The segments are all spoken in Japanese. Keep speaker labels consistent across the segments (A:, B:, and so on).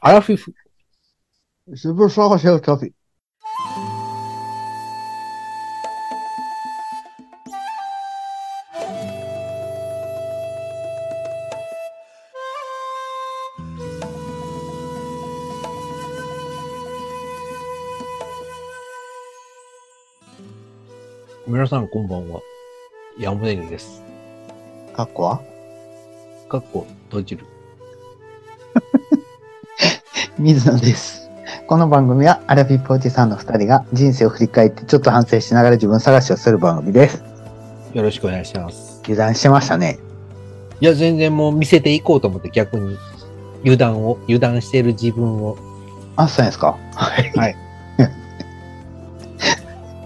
A: アラフィフ。
B: Super Social Coffee.
A: Coffee 皆さんこんばんは。ヤムネリです。
B: かっこは
A: かっこ閉じる。
B: 水野です。この番組はアラフィフおじさんの二人が人生を振り返ってちょっと反省しながら自分探しをする番組です。
A: よろしくお願いします。
B: 油断してましたね。
A: いや、全然もう見せていこうと思って逆に油断を、油断してる自分を。
B: あ、そうなんですかはい
A: はい。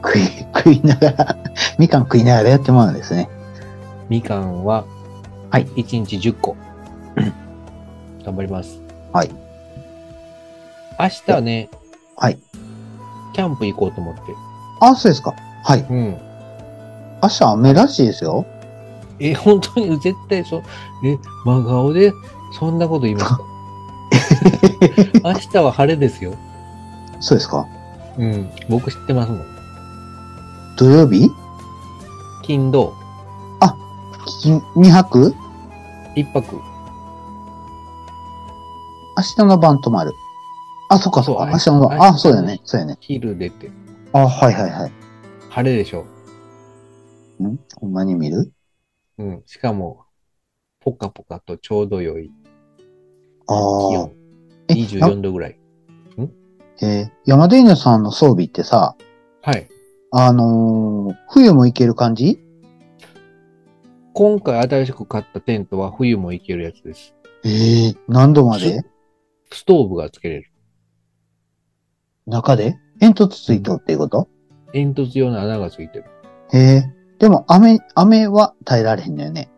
B: 食い、食いながら、みかん食いながらやってもらうんですね。
A: みかんは、
B: はい。
A: 1日10個。頑張ります。
B: はい。
A: 明日ね、
B: はい。
A: キャンプ行こうと思って。
B: あ、そうですかはい。
A: うん。
B: 明日雨らしいですよ。
A: え、本当に絶対そ、え、真顔でそんなこと言いま した。明日は晴れですよ。
B: そうですか
A: うん。僕知ってますもん。
B: 土曜日
A: 金土、
B: 2泊
A: 一泊。
B: 明日の晩泊まる。あ、そっかそっ
A: そう
B: か。明日の晩。
A: 明日
B: あ、そうだよね。そうだよね。
A: 昼出て、
B: あ、はいはいはい。
A: 晴れでしょ。
B: んほんまに見る
A: うん。しかも、ぽかぽかとちょうど良い気
B: ああ。
A: 温。
B: え
A: 24度ぐらい。
B: えー山田犬さんの装備ってさ、
A: はい。
B: あのー冬も行ける感じ
A: 今回新しく買ったテントは冬も行けるやつです。
B: ええ何度まで
A: ストーブがつけれる。
B: 中で煙突ついとっていうこと
A: 煙突用の穴がついてる。
B: へえでも雨、雨は耐えられへんのよね。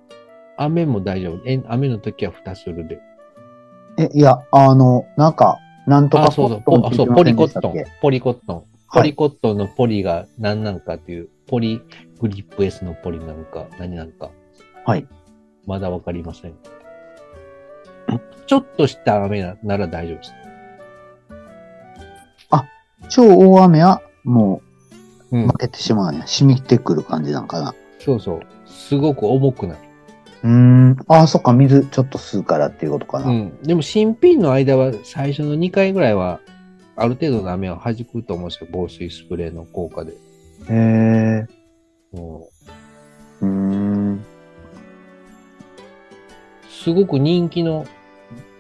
A: 雨も大丈夫。え雨の時は蓋するで。
B: え、いや、あの、なんか、なんと
A: あ、
B: か
A: そ
B: ポ
A: うそう
B: ットン
A: ポ
B: っ
A: あ
B: て
A: そ
B: 言っ
A: う、ポリ
B: てません
A: コ
B: でした
A: ッ
B: っ
A: トン
B: け。
A: ポリコットン。
B: はい
A: ポリコットンのポリが何なんかっていう、ポリグリップ S のポリなんか、何なんか。
B: はい。
A: まだわかりません。ちょっとした雨ななら大丈夫です。
B: 超大雨は、も
A: う
B: う、
A: ん
B: 負。けてしまうんや。染みてくる感じなんかな。
A: そうそう。すごく重くなる。
B: うーん。ああ、そっか、水ちょっと吸うからっていうことかな。
A: うん。でも新品の間は、最初の2回ぐらいは、ある程度の雨を弾くと思うんですよ。防水スプレーの効果で。
B: へえ。
A: うん
B: うーん。
A: すごく人気の、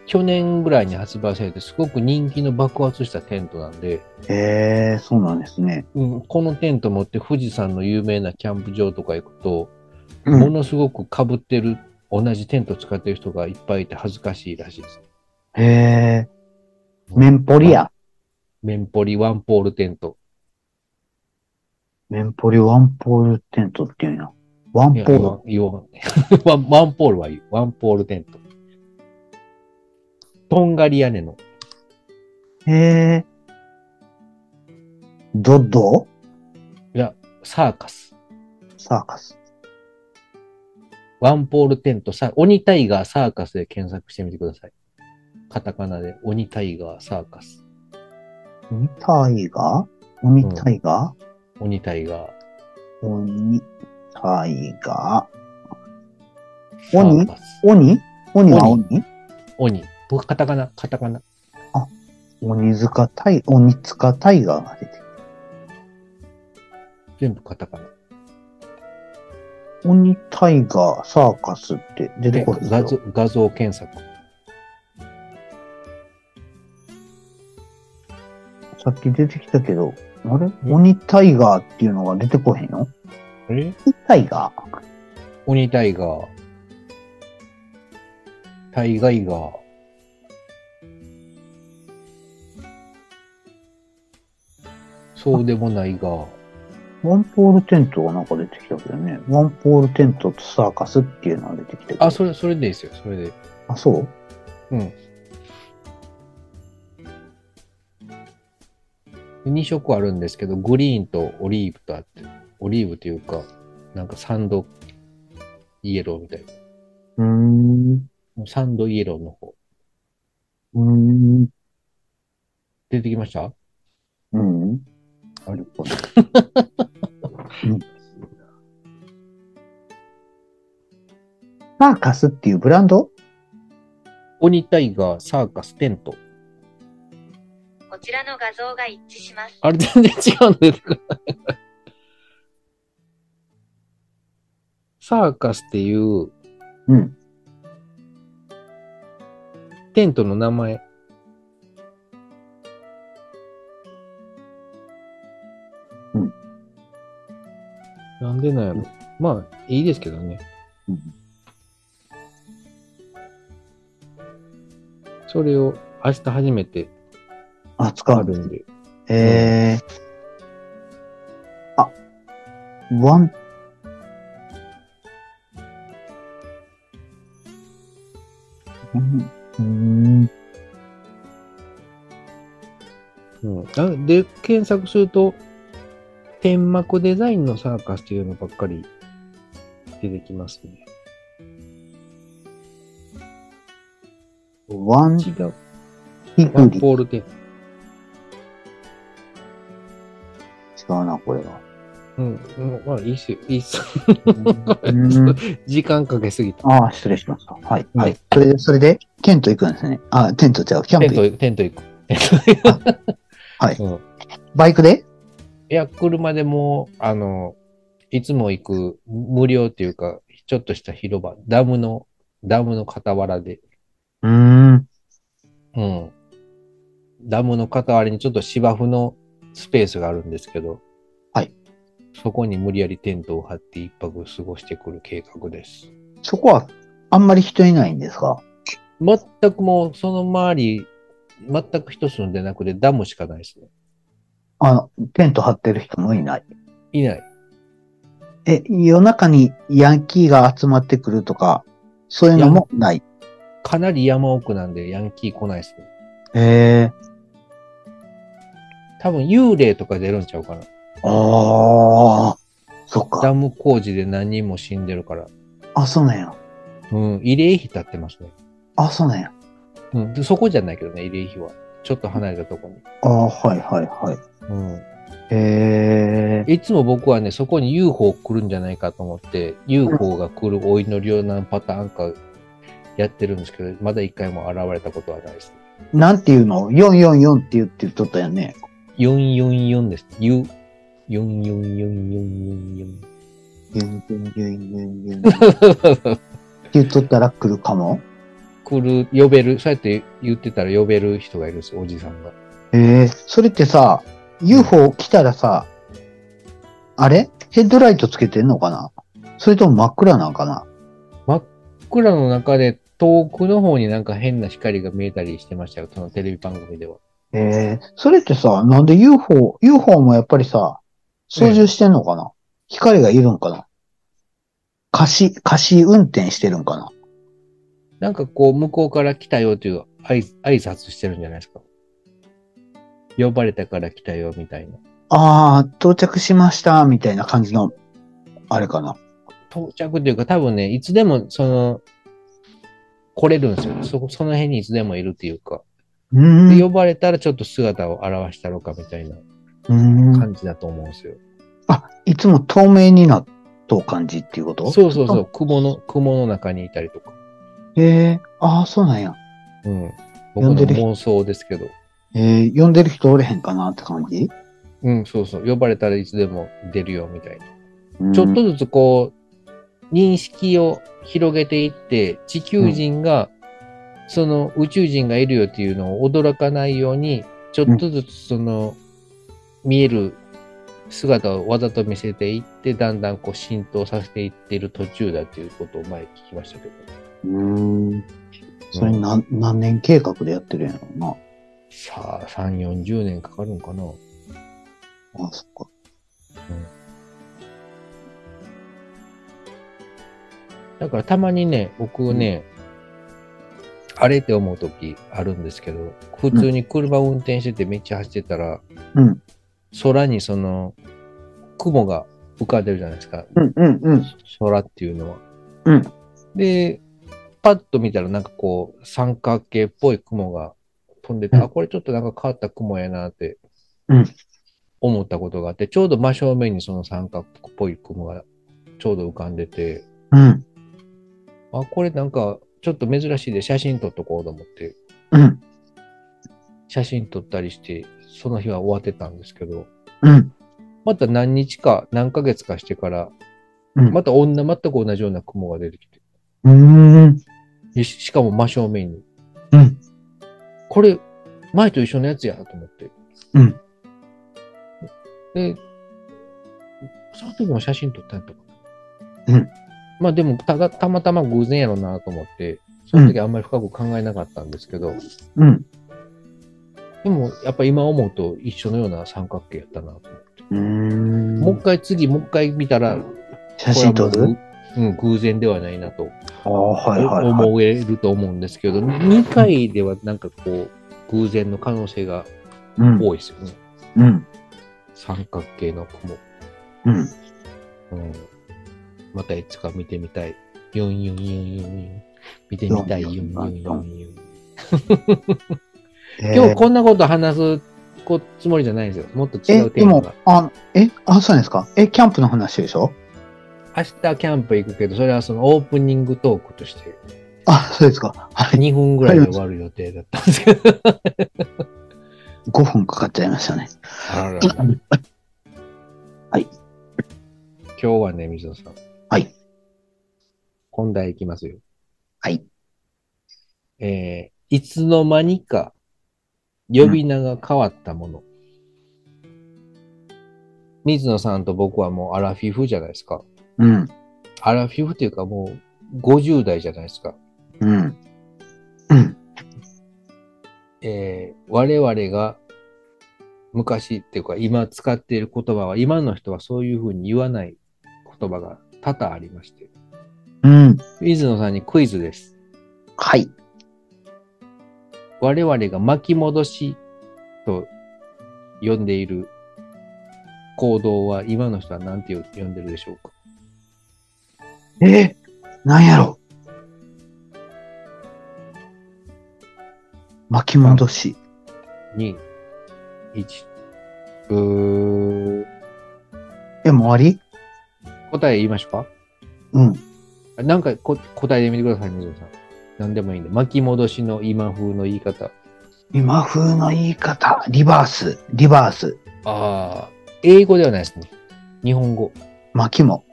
A: 去年ぐらいに発売されて、すごく人気の爆発したテントなんで、
B: へえ、そうなんですね。
A: うん、このテント持って富士山の有名なキャンプ場とか行くと、
B: うん
A: ものすごく被ってる、同じテント使ってる人がいっぱいいて恥ずかしいらしいです。
B: へえ。メンポリや。
A: メンポリワンポールテント。
B: メンポリワンポールテントっていうな。ワン
A: い
B: ポ
A: や
B: ール。
A: 言わん言わん ワンワンポールはいい。ワンポールテント。とんがり屋根の。
B: へえ。ドッド
A: いや、サーカス。
B: サーカス。
A: ワンポールテントさ、鬼タイガーサーカスで検索してみてください。カタカナで鬼タイガーサーカス。
B: 鬼タイガー鬼タイガ
A: 鬼タイガー
B: ー、鬼タイガ
A: サーカス。
B: ー。鬼鬼は鬼
A: 鬼僕、カタカナ、カタカナ。
B: 鬼塚タイ、鬼塚タイガーが出てる。
A: 全部カタカナ。
B: 鬼タイガー、サーカスって出て
A: で
B: こない
A: 画
B: で
A: 像
B: すよ。
A: 画像検索。
B: さっき出てきたけど、あれ鬼タイガーっていうのが出てこへんよ。
A: え
B: 鬼タイガー
A: 鬼タイガー。タイガイガー。そうでもないが、
B: ワンポールテントがなんか出てきたけどね。ワンポールテントとサーカスっていうのが出てきたけど。
A: あ、それ、それでいいですよ、それで。
B: あ、そ
A: う
B: う
A: ん。2色あるんですけど、グリーンとオリーブとあって、オリーブというか、なんかサンドイエローみたいな。
B: うーん。
A: もうサンドイエローの方。
B: うーん。
A: 出てきました
B: うん。なるほど。うんサーカスっていうブランド
A: 鬼タイガー、サーカス、テント。
C: こちらの画像が一致します。
A: あれ全然違うの出てくる。 サーカスっていう
B: うん。
A: テントの名前。
B: うん。
A: なんでなんやろ。まあ、いいですけどね。
B: うん
A: それを明日初めて
B: あ、使
A: あ
B: う
A: るんで。
B: えー、あ、ワン、うんうー
A: う
B: ん、
A: んあ、で、検索すると、天幕デザインのサーカスというのばっかり出てきますね。
B: ワン
A: 違う。
B: ヒ
A: ワ
B: グ
A: ン
B: リ。違
A: ポールテント。
B: うな、これは。
A: うん、うんまあいいっすよ。いいっす。
B: うん、
A: 時間かけすぎた。
B: ああ、失礼しました。はい。
A: う
B: は
A: ん
B: い。それで、それで、ケント行くんですね。あ、テントちゃう。キャ
A: テ
B: ンプ
A: ン
B: 行く。
A: ト、テント行く。テント行く
B: はい
A: うん、
B: バイクで
A: いや、車でもう、あの、いつも行く無料っていうか、ちょっとした広場、ダムの、ダムの傍らで、
B: うーん。
A: うん。ダムの傍らにちょっと芝生のスペースがあるんですけど、
B: はい。
A: そこに無理やりテントを張って一泊過ごしてくる計画です。
B: そこは、あんまり人いないんですか
A: 全くもう、その周り、全く人住んでなくて、ダムしかないですね。
B: あの、テント張ってる人もいない。
A: いない。
B: え、夜中にヤンキーが集まってくるとか、そういうのもない。
A: かなり山奥なんでヤンキー来ないですね。
B: へえ。
A: 多分幽霊とか出るんちゃうかな。
B: ああ。そっか。
A: ダム工事で何人も死んでるから。
B: あ、そうなんや。
A: うん、慰霊碑立ってますね。
B: あ、そうなんや。
A: うん、でそこじゃないけどね、慰霊碑は。ちょっと離れたとこに。
B: ああ、はいはいはい。
A: うん。
B: へえ。
A: いつも僕はね、そこに UFO 来るんじゃないかと思って、UFO が来るお祈りを何パターンかやってるんですけど、まだ一回も現れたことはないです。
B: なんていうの ?444 って言って言っとったよね。
A: 444です。U。4444444。
B: ギュンギュンギュンギュンギュンギュン。って言っとったら来るかも。
A: 来る、呼べる、そうやって言ってたら呼べる人がいるんです、おじさんが。
B: へえ。それってさ、UFO 来たらさ、あれヘッドライトつけてんのかなそれとも真っ暗なんかな
A: 僕らの中で遠くの方になんか変な光が見えたりしてましたよ、そのテレビ番組では。
B: ええそれってさ、なんで UFO、UFO もやっぱりさ、操縦してんのかな、光がいるんかな過し、過し運転してるんかな
A: なんかこう、向こうから来たよという挨挨拶してるんじゃないですか。呼ばれたから来たよ、みたいな。
B: ああ、到着しました、みたいな感じの、あれかな
A: 到着というか、多分ね、いつでも、その、来れるんですよ。そこ、その辺にいつでもいるっていうか。
B: うー
A: で、
B: ん。
A: 呼ばれたらちょっと姿を現したろうか、みたいな
B: うーん
A: 感じだと思うんですよ。
B: あ、いつも透明になっとう感じっていうこと。
A: そうそうそうう。雲の、雲の中にいたりとか。
B: へえああ、そうなんや。
A: うん。僕
B: 呼ん
A: の
B: でる
A: 妄想ですけど。
B: ええ呼んでる人おれへんかなって感じ
A: うん、そうそう。呼ばれたらいつでも出るよ、みたいな。
B: うん
A: ちょっとずつこう、認識を広げていって、地球人が、その宇宙人がいるよっていうのを驚かないように、ちょっとずつその、見える姿をわざと見せていって、だんだんこう浸透させていってる途中だっていうことを前聞きましたけど。
B: うーん。それ何、何年計画でやってるんやろうな。
A: さあ、3、40年かかるのかな
B: あ、そっか。
A: だからたまにね、僕ね、あれって思う時あるんですけど、普通に車を運転してて道走ってたら、
B: うん。
A: 空にその、雲が浮かんでるじゃないですか。
B: うんうんうん。
A: 空っていうのは。
B: うん。
A: で、パッと見たらなんかこう、三角形っぽい雲が飛んでて、
B: うん
A: あ、これちょっとなんか変わった雲やなって
B: うん、
A: 思ったことがあって、ちょうど真正面にその三角っぽい雲がちょうど浮かんでて、
B: うん。
A: あ、これなんかちょっと珍しいで写真撮っとこうと思って、
B: うん。
A: 写真撮ったりして、その日は終わってたんですけど、
B: うん。
A: また何日か何ヶ月かしてから、
B: うん。
A: また女全く同じような雲が出てきて、
B: うーん。
A: でししかも真正面に。
B: うん。
A: これ、前と一緒のやつやと思って。
B: うん。
A: で、その時も写真撮ったんとか。
B: うん。
A: まあでも、ただ、たまたま偶然やろうなと思って、その時あんまり深く考えなかったんですけど、
B: うん。
A: でも、やっぱ今思うと一緒のような三角形やったなと思って。
B: うーん
A: もう一回次、もう一回見たら、
B: 写真撮る
A: これはもううん、偶然ではないなと
B: ああ、はいはいはい。
A: 思えると思うんですけど、2回ではなんかこう、偶然の可能性が
B: うん。
A: 多いですよね。
B: うん。
A: 三角形の雲。
B: うん。
A: うん。またいつか見てみたい。ユンユンユンユンユン。見てみたい。ユンユンユンユン。今日こんなこと話すこつもりじゃないんですよ。もっと違
B: え、
A: うテー
B: で
A: マ
B: も
A: が。、
B: あ、え、あ、そうなんですかえ、キャンプの話でしょ
A: 明日キャンプ行くけど、それはそのオープニングトークとして
B: あ、そうですか。はい。
A: 2分ぐらいで終わる予定だったんですけど。
B: 5分かかっちゃいましたね。
A: あらら今日はね、水野さん。
B: はい。
A: 本題いきますよ。
B: はい。
A: えー、いつの間にか呼び名が変わったもの。水野さんと僕はもうアラフィフじゃないですか。
B: うん。
A: アラフィフっていうかもう50代じゃないですか。
B: うん。うん。
A: えー我々が昔っていうか今使っている言葉は今の人はそういうふうに言わない言葉が多々ありまして。
B: うん。
A: 水野さんにクイズです。
B: はい。
A: 我々が巻き戻しと呼んでいる行動は今の人は何て呼んでるでしょうか
B: えー、なんやろ巻き戻し。
A: ?2、1。うー
B: え、もう終わり
A: 答え言いましょうか
B: うん。
A: なんかこ答えてみてください、水野さん。何でもいいんで。巻き戻しの今風の言い方。
B: 今風の言い方。リバース。リバース。
A: ああ、英語ではないですね。日本語。
B: 巻きも。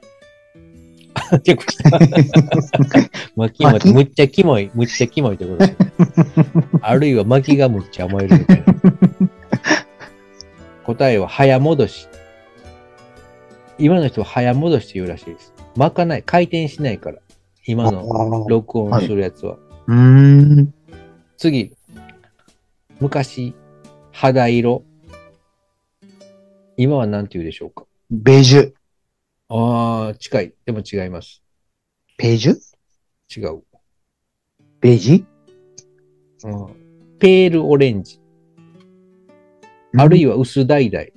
A: 結構来た。巻きも
B: 巻き
A: むっちゃキモい、むっちゃキモいってことですね。あるいは巻きがむっちゃ燃えるみたいな。答えは早戻し。今の人は早戻しって言うらしいです。巻かない、回転しないから。
B: あ
A: 今の
B: ー
A: 録音するやつは。
B: うーん。
A: 次。昔、肌色。今は何て言うでしょうか
B: ベージュ。
A: ああ、近い。でも違います。
B: ページュ
A: 違う。
B: ベージ
A: ペールオレンジ。あるいは薄橙。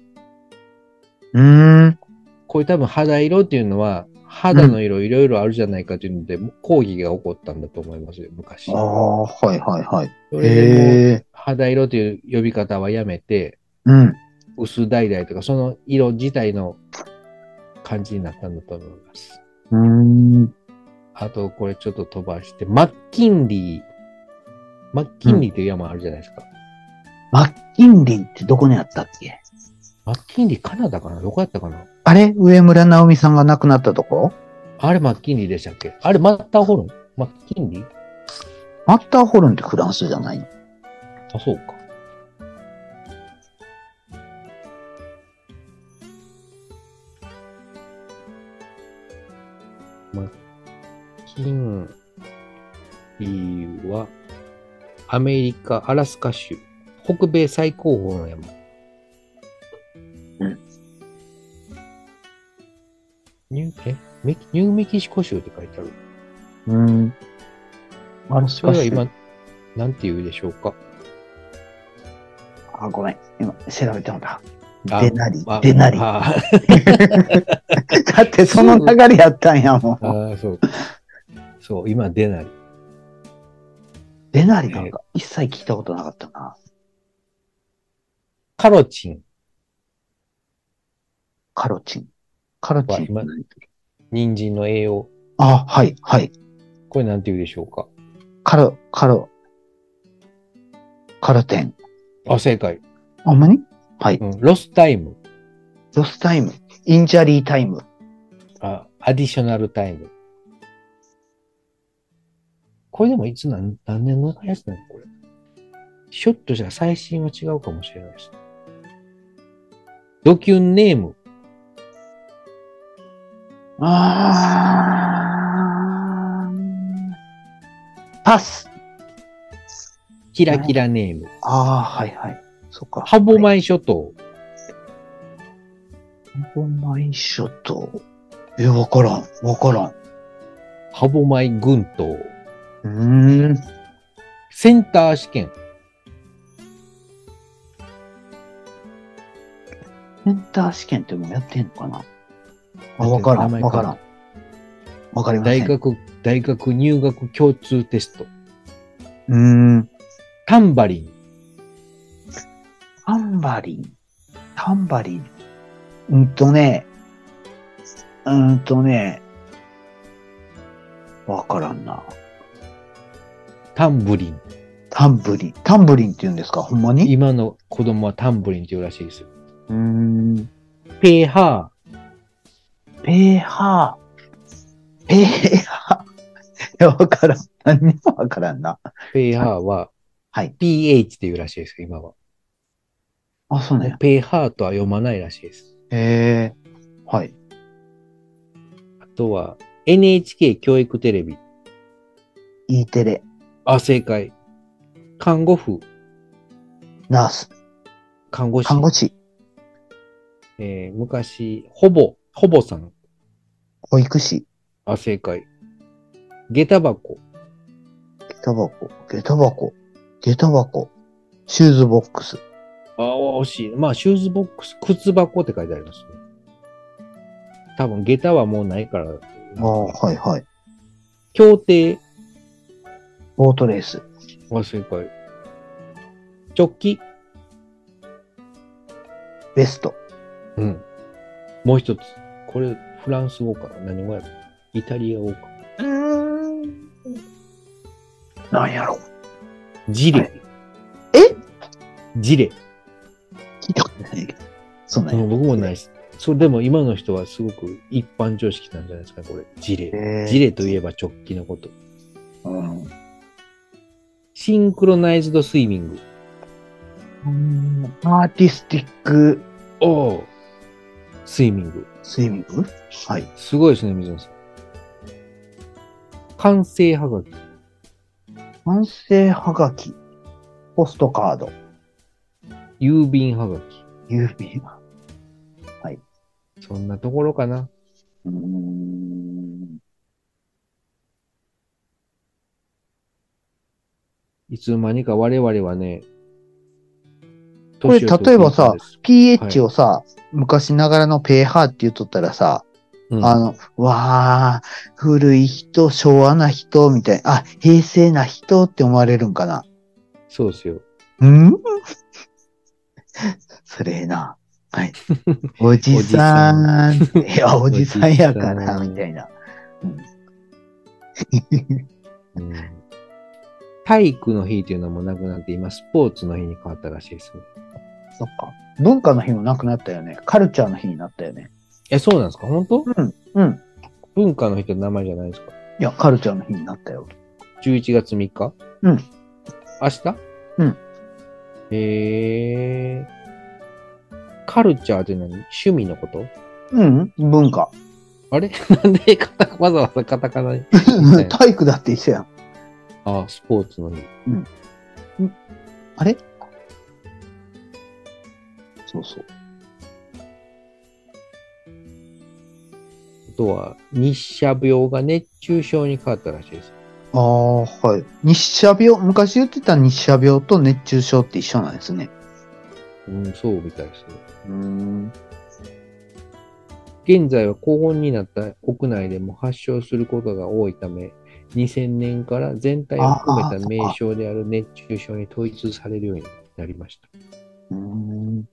B: うーん。
A: これ多分肌色っていうのは、肌の色いろいろあるじゃないかというので、抗議が起こったんだと思いますよ、昔。
B: あ
A: そ
B: あ、はいはいはい。
A: れでもう
B: へえ。
A: 肌色という呼び方はやめて、
B: うん。
A: 薄橙とか、その色自体の感じになったんだと思います。
B: うーん。
A: あと、これちょっと飛ばして、マッキンリー。マッキンリーという山あるじゃないですか。
B: マッキンリンってどこにあったっけ
A: マッキンリー、カナダかなどこやったかな
B: あれ上村直美さんが亡くなったところ
A: あれマッキンリーでしたっけあれマッターホルンマッキンリー
B: マッターホルンってフランスじゃないの
A: あ、そうか。マッキンリーはアメリカ・アラスカ州北米最高峰の山。
B: うん
A: ニューえメキニューメキシコ州って書いてある。
B: うん。あれ、し
A: それ
B: か
A: は
B: し、
A: 今、なんて言うでしょうか。
B: あ、ごめん。今、調べてもらった。
A: あ
B: でなり
A: あ、
B: でなり。 だ
A: あー
B: って、その流れやったんやもん。
A: ああ、そう。そう、今、出ない。
B: でレナリなんか一切聞いたことなかったな。
A: カロチン
B: カロチン。カロチン。
A: わ今人参の栄養。
B: あ、はい、はい。
A: これなんて言うでしょうか。
B: カロ、カロ、カロテン。
A: あ、正解。
B: あんまにはい。
A: うん、ロスタイム。
B: ロスタイム。インジャリータイム。
A: あ、アディショナルタイム。これでもいつ何何年のやつなのこれ。ひょっとしたら最新は違うかもしれないです。ドキュンネーム。
B: あー。パス。
A: キラキラネーム。
B: あー、はい、はい。そっか。
A: ハボマイ諸島。
B: ハボマイ諸島。え、わからん。わからん。
A: ハボマイ群島。
B: うーん。
A: センター試験。
B: センター試験ってもうやってんのかなあ、わから
A: 名
B: ん。
A: 前
B: わからん。わかりませ
A: 大
B: ん。
A: 学、大学入学共通テスト。
B: うーん。
A: タンバリン。
B: タンバリン。タンバリン。うんとね。うんとね。わからんな。
A: タンブリン。
B: タンブリン。タンブリンって言うんですかほんまに
A: 今の子供はタンブリンっていうらしいですよ。
B: うーん。
A: ペーハ
B: ペーハー。ペーハー。いや、わからん。何にもわからんな。
A: ー。ペーハーは、
B: はい。
A: pH っていうらしいですよ、今は。
B: あ、そうね。
A: ペーハーとは読まないらしいです。
B: へえ。はい。
A: あとは、NHK 教育テレビ。
B: E テレ、
A: あ、正解。看護婦、
B: ナース、
A: 看護師。
B: 看護師、
A: えー昔、ほぼ、ほぼさん。
B: 保育士、
A: あ、正解。下駄箱。
B: 下駄箱、下駄箱、下駄箱、シューズボックス、
A: ああ、惜しい。まあ、シューズボックス、靴箱って書いてありますね。多分、下駄はもうないから。
B: ああ、はいはい。
A: 協定。
B: ボートレース、
A: あ、正解。直帰。
B: ベスト、
A: うん。もう一つ。これ、フランス語かな何語やろイタリア語か。
B: なんやろ。
A: ジレ。
B: え
A: ジレ。
B: 聞いたことないけど。そう
A: うん
B: ね。
A: 僕もないです。それでも今の人はすごく一般常識なんじゃないですかね、これ。ジレ。
B: へー
A: ジレといえば直帰のこと。
B: うん。
A: シンクロナイズドスイミング。
B: うんアーティスティック
A: おお。スイミング。
B: スイミングはい。
A: すごいですね、水野さん。完成はがき。
B: 完成はがき、ポストカード、
A: 郵便はがき。
B: 郵便。
A: そんなところかな。
B: うーん。
A: いつの間にか我々はね、
B: これ
A: 年を取って
B: 例えばさ
A: いったんです、
B: pH をさ、昔ながらのペーハーって言っとったらさ、
A: うん
B: あの、わあ、古い人、昭和な人、みたいな、あ、平成な人って思われるんかな。
A: そうですよ。
B: ん それええな。 はい。おじさん。いや、おじさんやから、
A: おじさん
B: みたいな。
A: うん体育の日というのもなくなって、今、スポーツの日に変わったらしいですね。
B: そっか。文化の日もなくなったよね。カルチャーの日になったよね。
A: え、そうなんですか本当
B: うん。うん。
A: 文化の日って名前じゃないですか
B: いや、カルチャーの日になったよ。
A: ?11 月3日
B: うん。
A: 明日
B: うん。
A: へえ。カルチャーって何趣味のこと
B: うん。文化。
A: あれ なんでカタわざわざカタカナに
B: 体育だって一緒やん。
A: あ、スポーツの日。
B: あれそうそう。
A: あとは、日射病が熱中症に変わったらしいです。
B: ああ、はい。日射病、昔言ってた日射病と熱中症って一緒なんですね。
A: うん、そうみたいですね。
B: うん。
A: 現在は高温になった屋内でも発症することが多いため、 2000年から全体を含めた名称である熱中症に統一されるようになりました。
B: うん。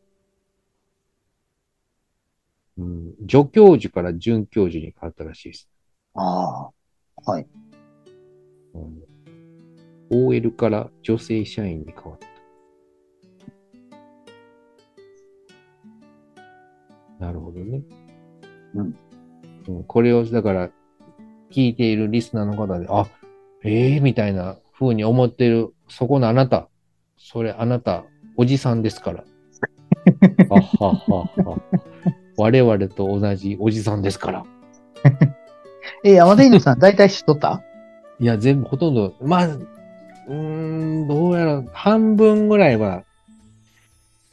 A: うん、助教授から准教授に変わったらしいです。
B: ああ。はい。
A: うん、OL から女性社員に変わった。なるほどね。
B: うん
A: うん。これを、だから、聞いているリスナーの方で、あ、ええみたいな風に思ってる、そこのあなた、それあなた、おじさんです から。あははは。我々と同じおじさんですから。
B: え、山田犬 さん、大体知っとった
A: いや、全部ほとんど、まあ、うーん、どうやら、半分ぐらいは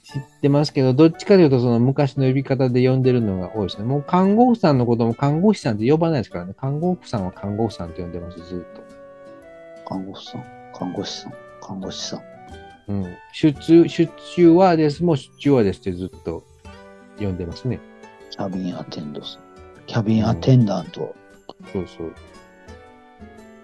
A: 知ってますけど、どっちかというと、その昔の呼び方で呼んでるのが多いですね。もう看護婦さんのことも看護師さんって呼ばないですからね。看護婦さんは看護婦さんって呼んでます、ずっと。
B: 看護師さん、看護師さん、看護師さん。
A: うん。出中、出中はです、もう出中はですってずっと呼んでますね。
B: キャビンアテンドさん。キャビンアテンダント。
A: そうそう。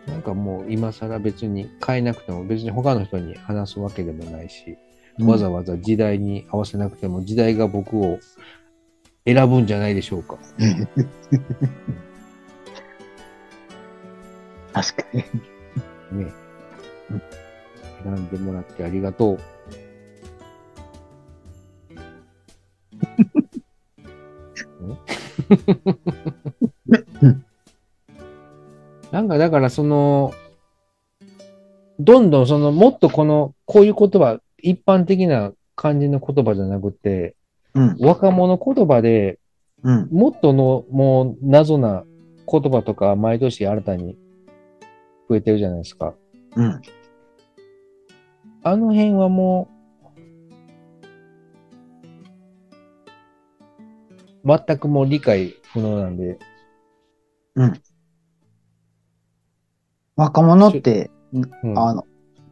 A: なんかもう今更別に変えなくても別に他の人に話すわけでもないし、わざわざ時代に合わせなくても時代が僕を選ぶんじゃないでしょうか。
B: 確かに。
A: ね
B: うん。
A: 選んでもらってありがとう。ん なんかだからその、どんどんそのもっとこの、こういう言葉、一般的な感じの言葉じゃなくて、
B: うん。
A: 若者言葉で
B: うん。
A: もっとの、もう謎な言葉とか毎年新たに増えてるじゃないですか。
B: うん。
A: あの辺はもう、全くもう理解不能なんで、
B: 若者って、
A: うん、
B: あの、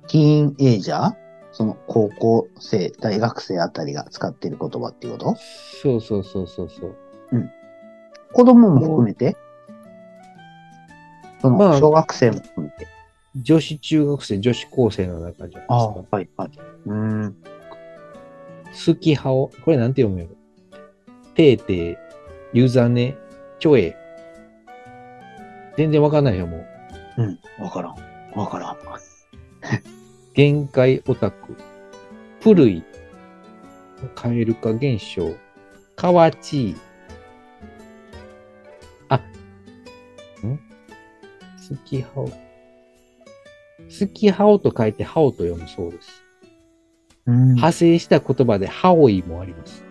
B: ティーンエイジャーその高校生、大学生あたりが使ってる言葉っていうこと
A: そうそうそうそうそう。
B: 子供も含めてその、
A: まあ
B: 小学生も含めて。
A: 女子中学生、女子高生の中じゃないです
B: ああ、
A: か。
B: はい、はい。うーん。
A: 好き派を、これなんて読むよ。てーてー、ゆざね、ちょえ。全然わかんないよ、もう。
B: うん。わからん。わからん。
A: 限界オタク、プルイ、カエル化現象、カワチー、あ、んスキハオ。スキハオと書いてハオと読むそうです。
B: うん
A: 派生した言葉でハオイもあります。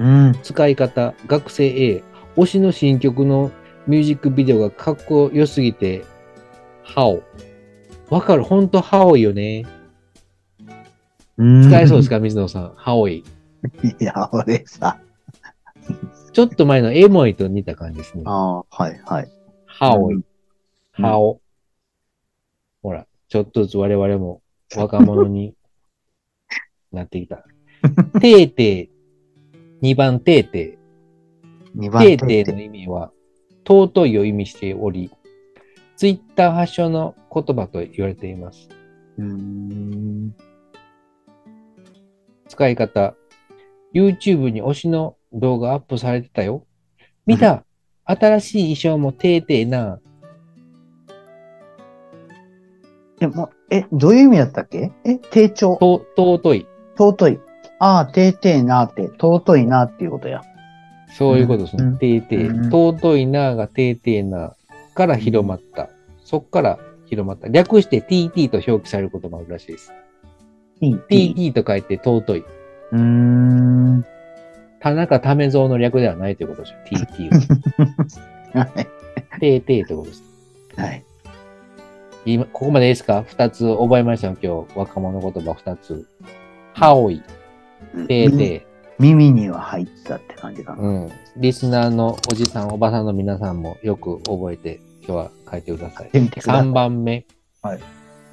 B: うん。
A: 使い方、学生 A、推しの新曲のミュージックビデオがかっこよすぎて、ハオ。わかるほんとハオイよね。使えそうですか、水野さん。ハオイ。
B: いや、俺さ。
A: ちょっと前のエモイと似た感じですね。
B: ああ、はい、はい。
A: ハオ
B: う
A: イ
B: ん、
A: ハオ。ほら、ちょっとずつ我々も若者になってき た。テーテー、2番テーテ
B: 二
A: ー。
B: 番
A: テ
B: 手
A: ーテーの意味は、尊いを意味しており、ツイッター発祥の言葉と言われています。
B: うーん。
A: 使い方。YouTube に推しの動画アップされてたよ。見 た新しい衣装もテーテーな。
B: え、もう、え、どういう意味だったっけえ、丁重。
A: と、尊い。
B: 尊い。ああ、ていていなーって、尊いなーっていうことや。
A: そういうことです
B: う
A: ね
B: ん。
A: ていてい
B: うん
A: 尊いながていていなから広まった。そっから広まった。略して TT と表記されることもあるらしいです。
B: いい。
A: TT と書いて尊い。
B: うーん。 は
A: 田中為蔵の略ではないということです よ。TT は。ていていということです。
B: い。はい。
A: 今、ここまでいいですか二つ覚えましたよ、今日。若者言葉二つ。ハオイ、ていてい。
B: 耳には入ったって感じかな。
A: うん。リスナーのおじさん、おばさんの皆さんもよく覚えて、今日は書いてください。
B: てみてください
A: 3番目。
B: はい。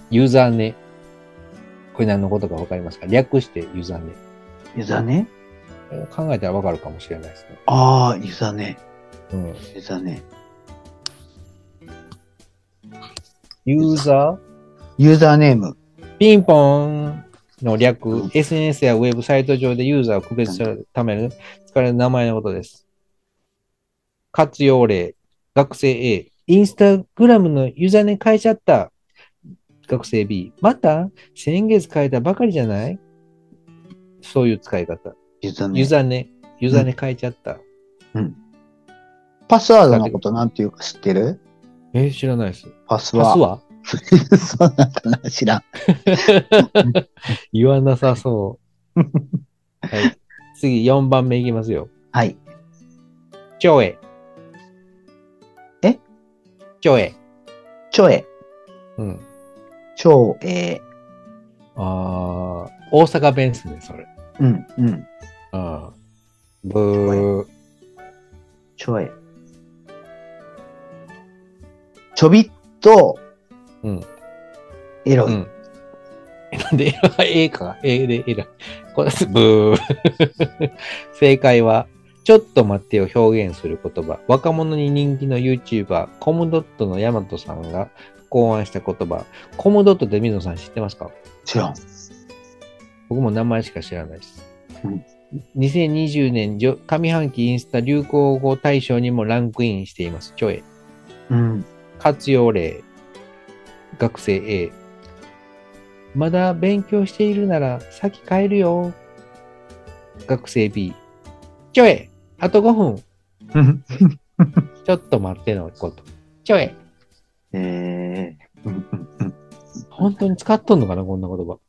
A: ユーザーね。これ何のことかわかりますか略してユーザーね。
B: ゆざね
A: 考えたらわかるかもしれないですね。
B: ああ、ゆざね。
A: うん。
B: ゆざね。
A: ユーザ
B: ユーザーネーム。
A: ーピンポーンの略、SNS やウェブサイト上でユーザーを区別するために使われる名前のことです。活用例、学生 A、インスタグラムのユーザーネーム変えちゃった。学生 B、また先月変えたばかりじゃないそういう使い方。
B: ユーザーネ
A: ユー
B: ーム。
A: ザーネ、ユーザーネーム変えちゃった。
B: パスワードのことなんていうか知ってる
A: えー、知らないです。
B: パス
A: パ
B: ワ
A: ス
B: ード。
A: は
B: そうなんかな知らん。
A: 言わなさ そう。はい、次、4番目いきますよ。
B: はい。
A: ちょえ。
B: え
A: ちょえ。
B: ちょえ。
A: うん。
B: ちょえ。
A: ああ、大阪弁っすね、それ。
B: うん、うん。
A: あーブー。
B: ちょえ。ちょびっと、
A: うん。
B: エロ
A: う
B: い。
A: ん。えなんで、 ええか。ええで、えら。これ、ブー。 正解は、ちょっと待ってを表現する言葉。若者に人気の YouTuber、コムドットのヤマトさんが考案した言葉。コムドットって水野さん知ってますか
B: 知らん。
A: 僕も名前しか知らないです
B: うん。
A: 2020年上上半期インスタ流行語大賞にもランクインしています。ちょえ。
B: うん。
A: 活用例。学生 A。まだ勉強しているなら先帰るよ。学生 B。ちょえ。あと5分。ちょっと待ってのこと。ちょえ。
B: ええー。うんうんうん
A: 本当に使っとんのかなこんな言 葉。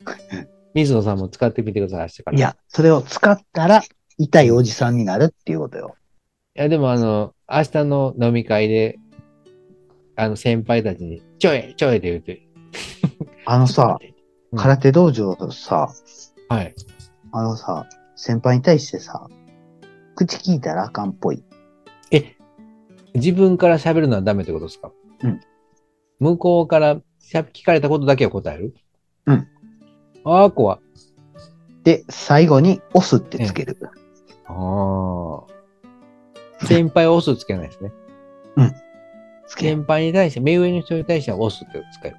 A: 水野さんも使ってみてください。明日から。
B: いや、それを使ったら、痛いおじさんになるっていうことよ。
A: いや、でもあの、明日の飲み会で、あの、先輩たちに、ちょえ、ちょえって言うて。
B: あのさ、
A: うん
B: 空手道場のさ、
A: はい。
B: あのさ、先輩に対してさ、口聞いたらあかんっぽい。
A: え、自分から喋るのはダメってことですか
B: うん。
A: 向こうからしゃ聞かれたことだけを答える
B: うん。
A: ああ、怖い。
B: で、最後に、押すってつける。
A: ああ。先輩を押すつけないですね。
B: つける。
A: 先輩に対して、目上の人に対しては押すって使える。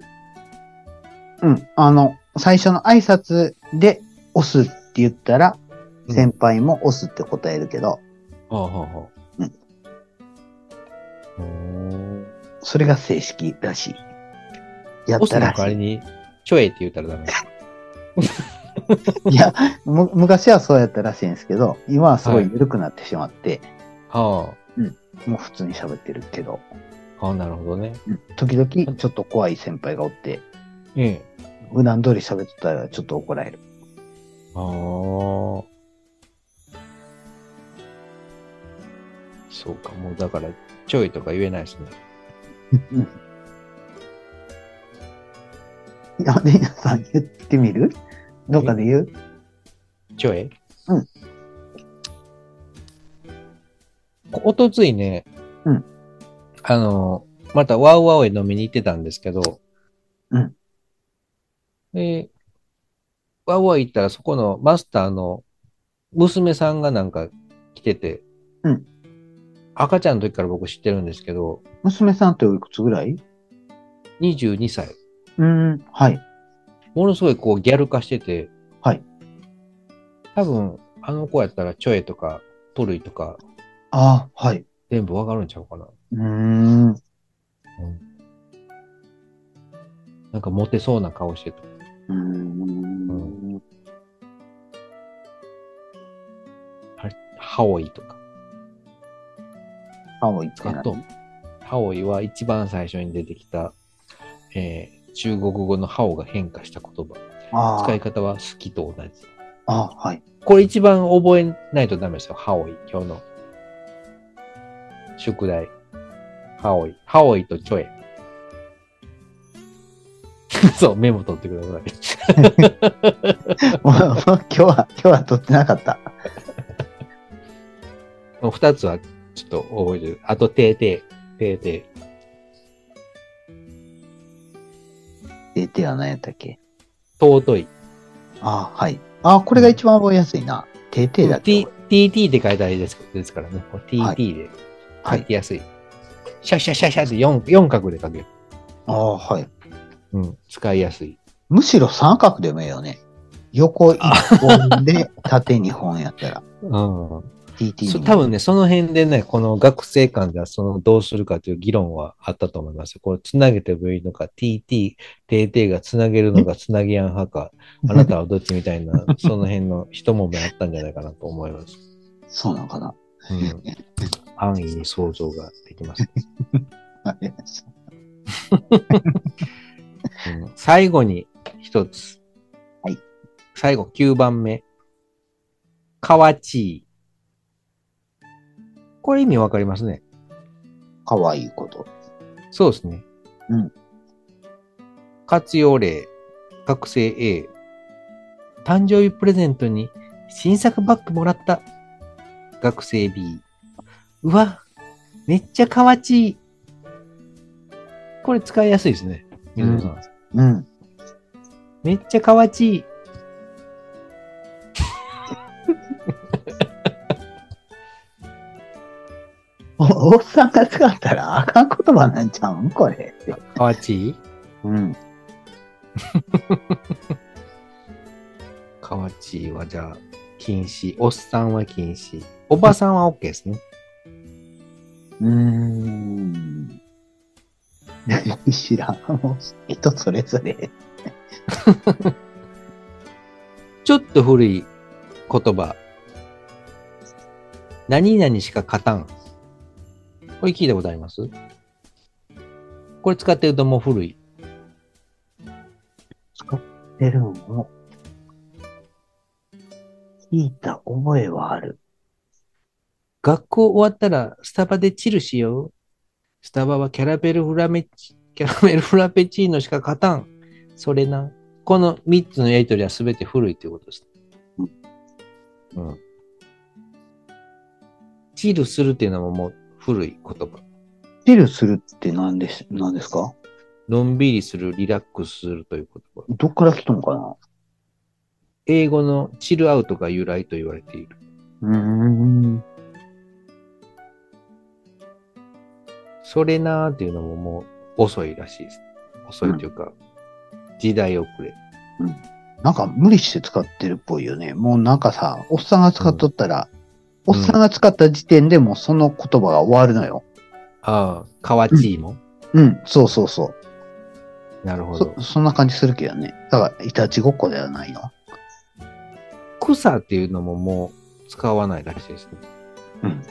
B: うん。あの、最初の挨拶で、押すって言ったら、
A: うん
B: 先輩も押すって答えるけど、
A: はあはあはあ。うん。
B: それが正式らしい。やっ
A: 押す
B: た
A: の
B: ら
A: 代わり
B: し
A: に、ちょえって言ったらダ メ。
B: い。いや、む、昔はそうやったらしいんですけど、今はすごい緩くなってしまって、
A: は
B: もう普通に喋ってるけど、
A: あ、はあ、なるほどね。
B: うん時々ちょっと怖い先輩がおって、
A: ええ。
B: 普段通り喋ってたらちょっと怒られる。
A: ああ。そうか、もうだから、ちょいとか言えないですね。
B: いや、レイナさん言ってみるどっかで言う
A: ちょい
B: うん。
A: おとついね、
B: うん。
A: あの、またワウワウへ飲みに行ってたんですけど、
B: うん。
A: で、ワウワウ行ったらそこのマスターの娘さんがなんか来てて、
B: うん。
A: 赤ちゃんの時から僕知ってるんですけど、
B: 娘さんっておいくつぐらい
A: 22歳。
B: うん、はい。
A: ものすごいこうギャル化してて、
B: はい。
A: 多分、あの子やったら、チョエとか、トルイとか、
B: ああ、はい。
A: 全部わかるんちゃうかな。
B: うーん。
A: なんかモテそうな顔してた。
B: うーん。
A: ハオイとか。
B: あ、おいつ
A: あと、ハオイは一番最初に出てきた、えー中国語のハオが変化した言葉。
B: あ
A: 使い
B: ー
A: 方は好きと同じ。
B: あー、はい。
A: これ一番覚えないとダメですよ。ハオイ。今日の。宿題。ハオイ。ハオイとチョエ。 そう、メモ取ってください。
B: もうもう今日は、今日は撮ってなかった。
A: この二つはちょっと覚えてる。あと、てーてー。てーて
B: 出ては何やったっけ
A: ー。尊い。
B: ああ、はい。ああ、これが一番覚えやすいな。ててだっ
A: t
B: け
A: tt って書いたらいいですですからね。こう tt で
B: は
A: 書
B: い
A: きやすい。シャシャシャシャって四四角で書ける。
B: ああ、はい。
A: うん、使いやすい。
B: むしろ三角でもいいよね。横一本 で縦二本やったら。
A: うん、そ
B: TT に
A: う
B: も
A: 多分ね、その辺でね、この学生間ではそのどうするかという議論はあったと思いますよ。これ、つなげてもいいのか、TT、TT がつなげるのか、つなぎやん派か、あなたはどっちみたいな、その辺の一問目あったんじゃないかなと思います。
B: そうなんかな。
A: うん、安易に想像ができます。
B: わかりました
A: うん最後に一つ。
B: はい。
A: 最後、9番目。カワチー。これ意味わかりますね。
B: かわいいこと。
A: そうですね。
B: うん。
A: 活用例、学生 A。誕生日プレゼントに新作バッグもらった。学生 B。うわ、めっちゃかわちい。これ使いやすいですね。水野さん。
B: うん。
A: めっちゃかわちい。
B: おおっさんが使ったらあかん言葉なんちゃうんこれ。
A: かわちい
B: うん。
A: かわちいはじゃあ、禁止。おっさんは禁止。おばさんは OK ですね。
B: うーん。 知らん。もう人それぞれ。
A: ちょっと古い言葉。何々しか勝たん。これ聞いたことありますこれ使ってるともう古い。
B: 出るのも、聞いた覚えはある。
A: 学校終わったらスタバでチルしよう。スタバはキャラメルフラメチ、キャラメルフラペチーノしか勝たん。それな。この3つのやりとりは全て古いということです。うん。チルするっていうのももう古い言葉。
B: ピルするって何です、何ですか
A: のんびりする、リラックスするという言葉。
B: どっから来たのか
A: 英語のチルアウトが由来と言われている。
B: なうーん。
A: それなーっていうのももう遅いらしいです。遅いというか、時代遅れ。
B: なんか無理して使ってるっぽいよね。もうなんかさ、おっさんが使っとったら、
A: うん
B: おっさんが使った時点でもうその言葉が終わるのよ。
A: ああ、カワチーも。
B: うん、そうそうそ
A: なるほ
B: う。
A: ど
B: そ。そんな感じするけどね。だから、いたちごっこではないの。
A: 草っていうのももう使わないらしいですね。
B: うん。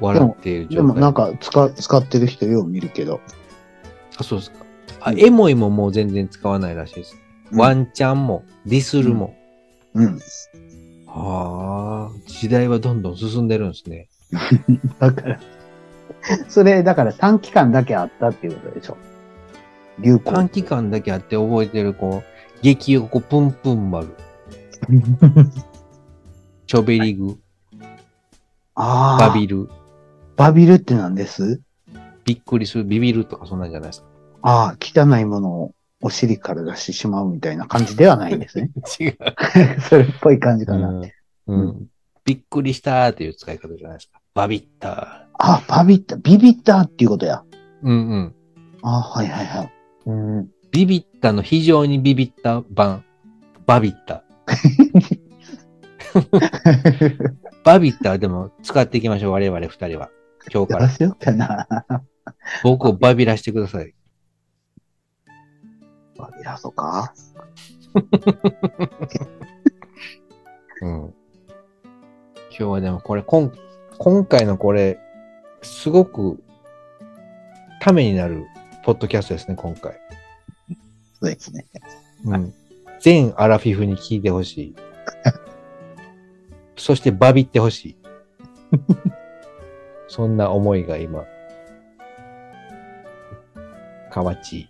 A: 笑っている状態。
B: でもなんか使、使ってる人よう見るけど。
A: あ、そうですか。あ、エモいももう全然使わないらしいです。ワンチャンも、ディスルも。
B: うん。
A: はあ、時代はどんどん進んでるんですね。
B: だから、それ、だから短期間だけあったっていうことでしょ。流行。
A: 短期間だけあって覚えてる、こう、激横プンプン丸、チョベリグ、
B: ああ。
A: バビル、
B: バビルって何です
A: びっくりする、ビビるとかそんなんじゃないですか。
B: ああ、汚いものをお尻から出してしまうみたいな感じではないんです ね。
A: 違う。
B: それっぽい感じかな。
A: うん。うんびっくりしたーっていう使い方じゃないですか。バビった
B: あ、バビった、ビビったっていうことや。
A: ー。うんうん。
B: あはいはいはい。 うん。
A: ビビったの非常にビビった版。バビった。バビったーでも使っていきましょう。我々二人は。今日か
B: どう
A: ら。
B: しようかな。
A: 僕をバビらしてください。
B: バビらそうか。
A: うん。今日はでもこれ、こん今回のこれ、すごくためになるポッドキャストですね、今回。
B: そうですね。
A: うん。全アラフィフに聞いてほしい。 そしてバビってほしい。 そんな思いが今。かわちい。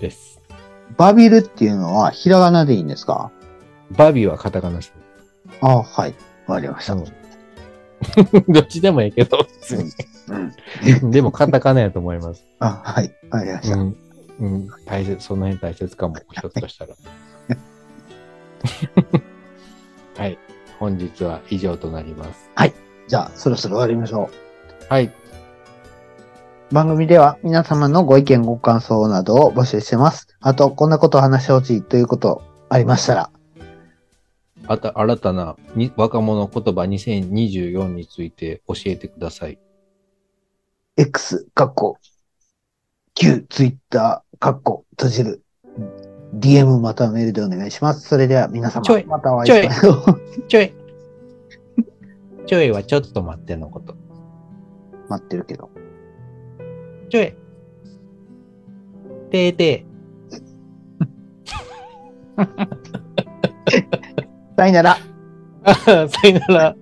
A: です。
B: バビルっていうのはひらがなでいいんですか
A: バビはカタカナですね。
B: あはい。わかりました。
A: うん どっちでもいいけど、別に
B: うん。
A: でもカタカナやと思います。
B: あ、はい。わかりました。
A: ん。うん、大切、その辺大切かも、一つと したら。はい。本日は以上となります。
B: じゃあ、そろそろ終わりましょう。
A: はい。
B: 番組では皆様のご意見ご感想などを募集してます。あと、こんなことを話してほしいということありましたら、
A: あた新たなに若者言葉2024について教えてください。
B: X、カッコ、Q、Twitter、カッコ、閉じる、DM またはメールでお願いします。それでは皆様
A: ちょい、
B: またお会いしましょう。
A: ちょい。ちょいはちょっと待ってのこと。
B: 待ってるけど。
A: ちょい。てーて
B: さよなら。
A: ー。あー さよなら。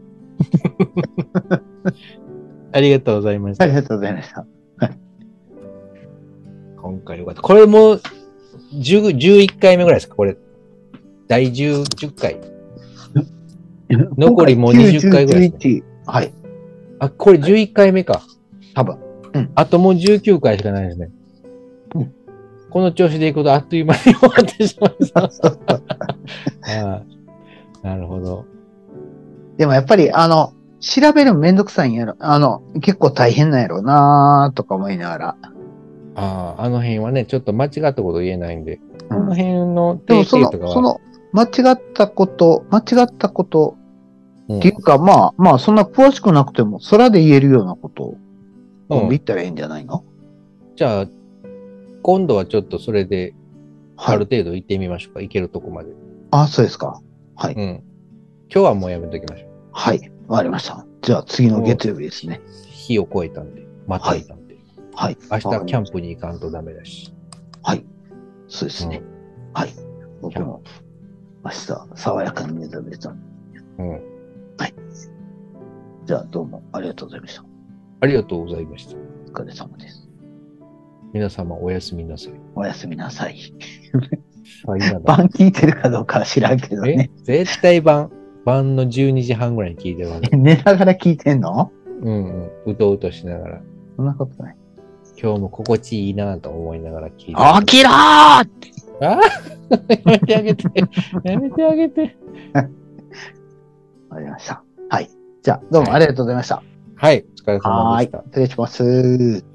A: ありがとうございまし
B: あ
A: た。
B: りがとうございました。
A: 今回よかった。これもう10 11回目ぐらいですかこれ。第 10, 10回。残りもう20回ぐらいです
B: ね。はい。
A: あ、これ11回目か。
B: 多分。
A: あともう19回しかないですね。
B: うん
A: この調子でいくとあっという間に終わってしまいま した。ああなるほど。
B: でもやっぱり、あの、調べるのめんどくさいんやろ。あの、結構大変なんやろなーとか思いながら。
A: ああ、あの辺はね、ちょっと間違ったこと言えないんで、
B: う
A: この
B: ん、
A: 辺の定
B: でもその
A: 型とか、は。
B: その、間違ったこと、間違ったこと
A: うん
B: っていうか、まあ、まあ、そんな詳しくなくても、空で言えるようなこと
A: う
B: を
A: ん
B: 言ったらいいんじゃないの、
A: じゃあ、今度はちょっとそれで、あ
B: は
A: る
B: い。
A: 程度行ってみましょうか。行けるとこまで。
B: あ、そうですか。はい。
A: うん。今日はもうやめときましょう。
B: はい。わかりました。じゃあ、次の月曜日ですね。
A: 日を越えたんで、またいたんで。
B: はい。
A: 明日
B: わかりました
A: キャンプに行かんとダメだし。
B: はい。そうですね。
A: う
B: はい。僕も、明日、爽やかに目覚めた。
A: んうん。
B: じゃあ、どうもありがとうございました。
A: ありがとうございました。
B: お疲れ様です。
A: 皆様おやすみなさい。
B: おやすみなさい。
A: さよなら
B: 晩聞いてるかどうかは知らんけど
A: え
B: ね。。
A: 絶対晩、晩の12時半ぐらいに聞いてるわね
B: 寝ながら聞いてんの
A: うんうん。うとうとしながら。
B: そんなことない。
A: 今日も心地いいなぁと思いながら聞いてる。
B: 起きろー
A: あ やめてあげて。やめてあげて。
B: わかりました。はい。じゃあ、どうもありがとうございました。
A: はい。お疲れ様
B: は
A: でし
B: ーい
A: た。。
B: 失礼します。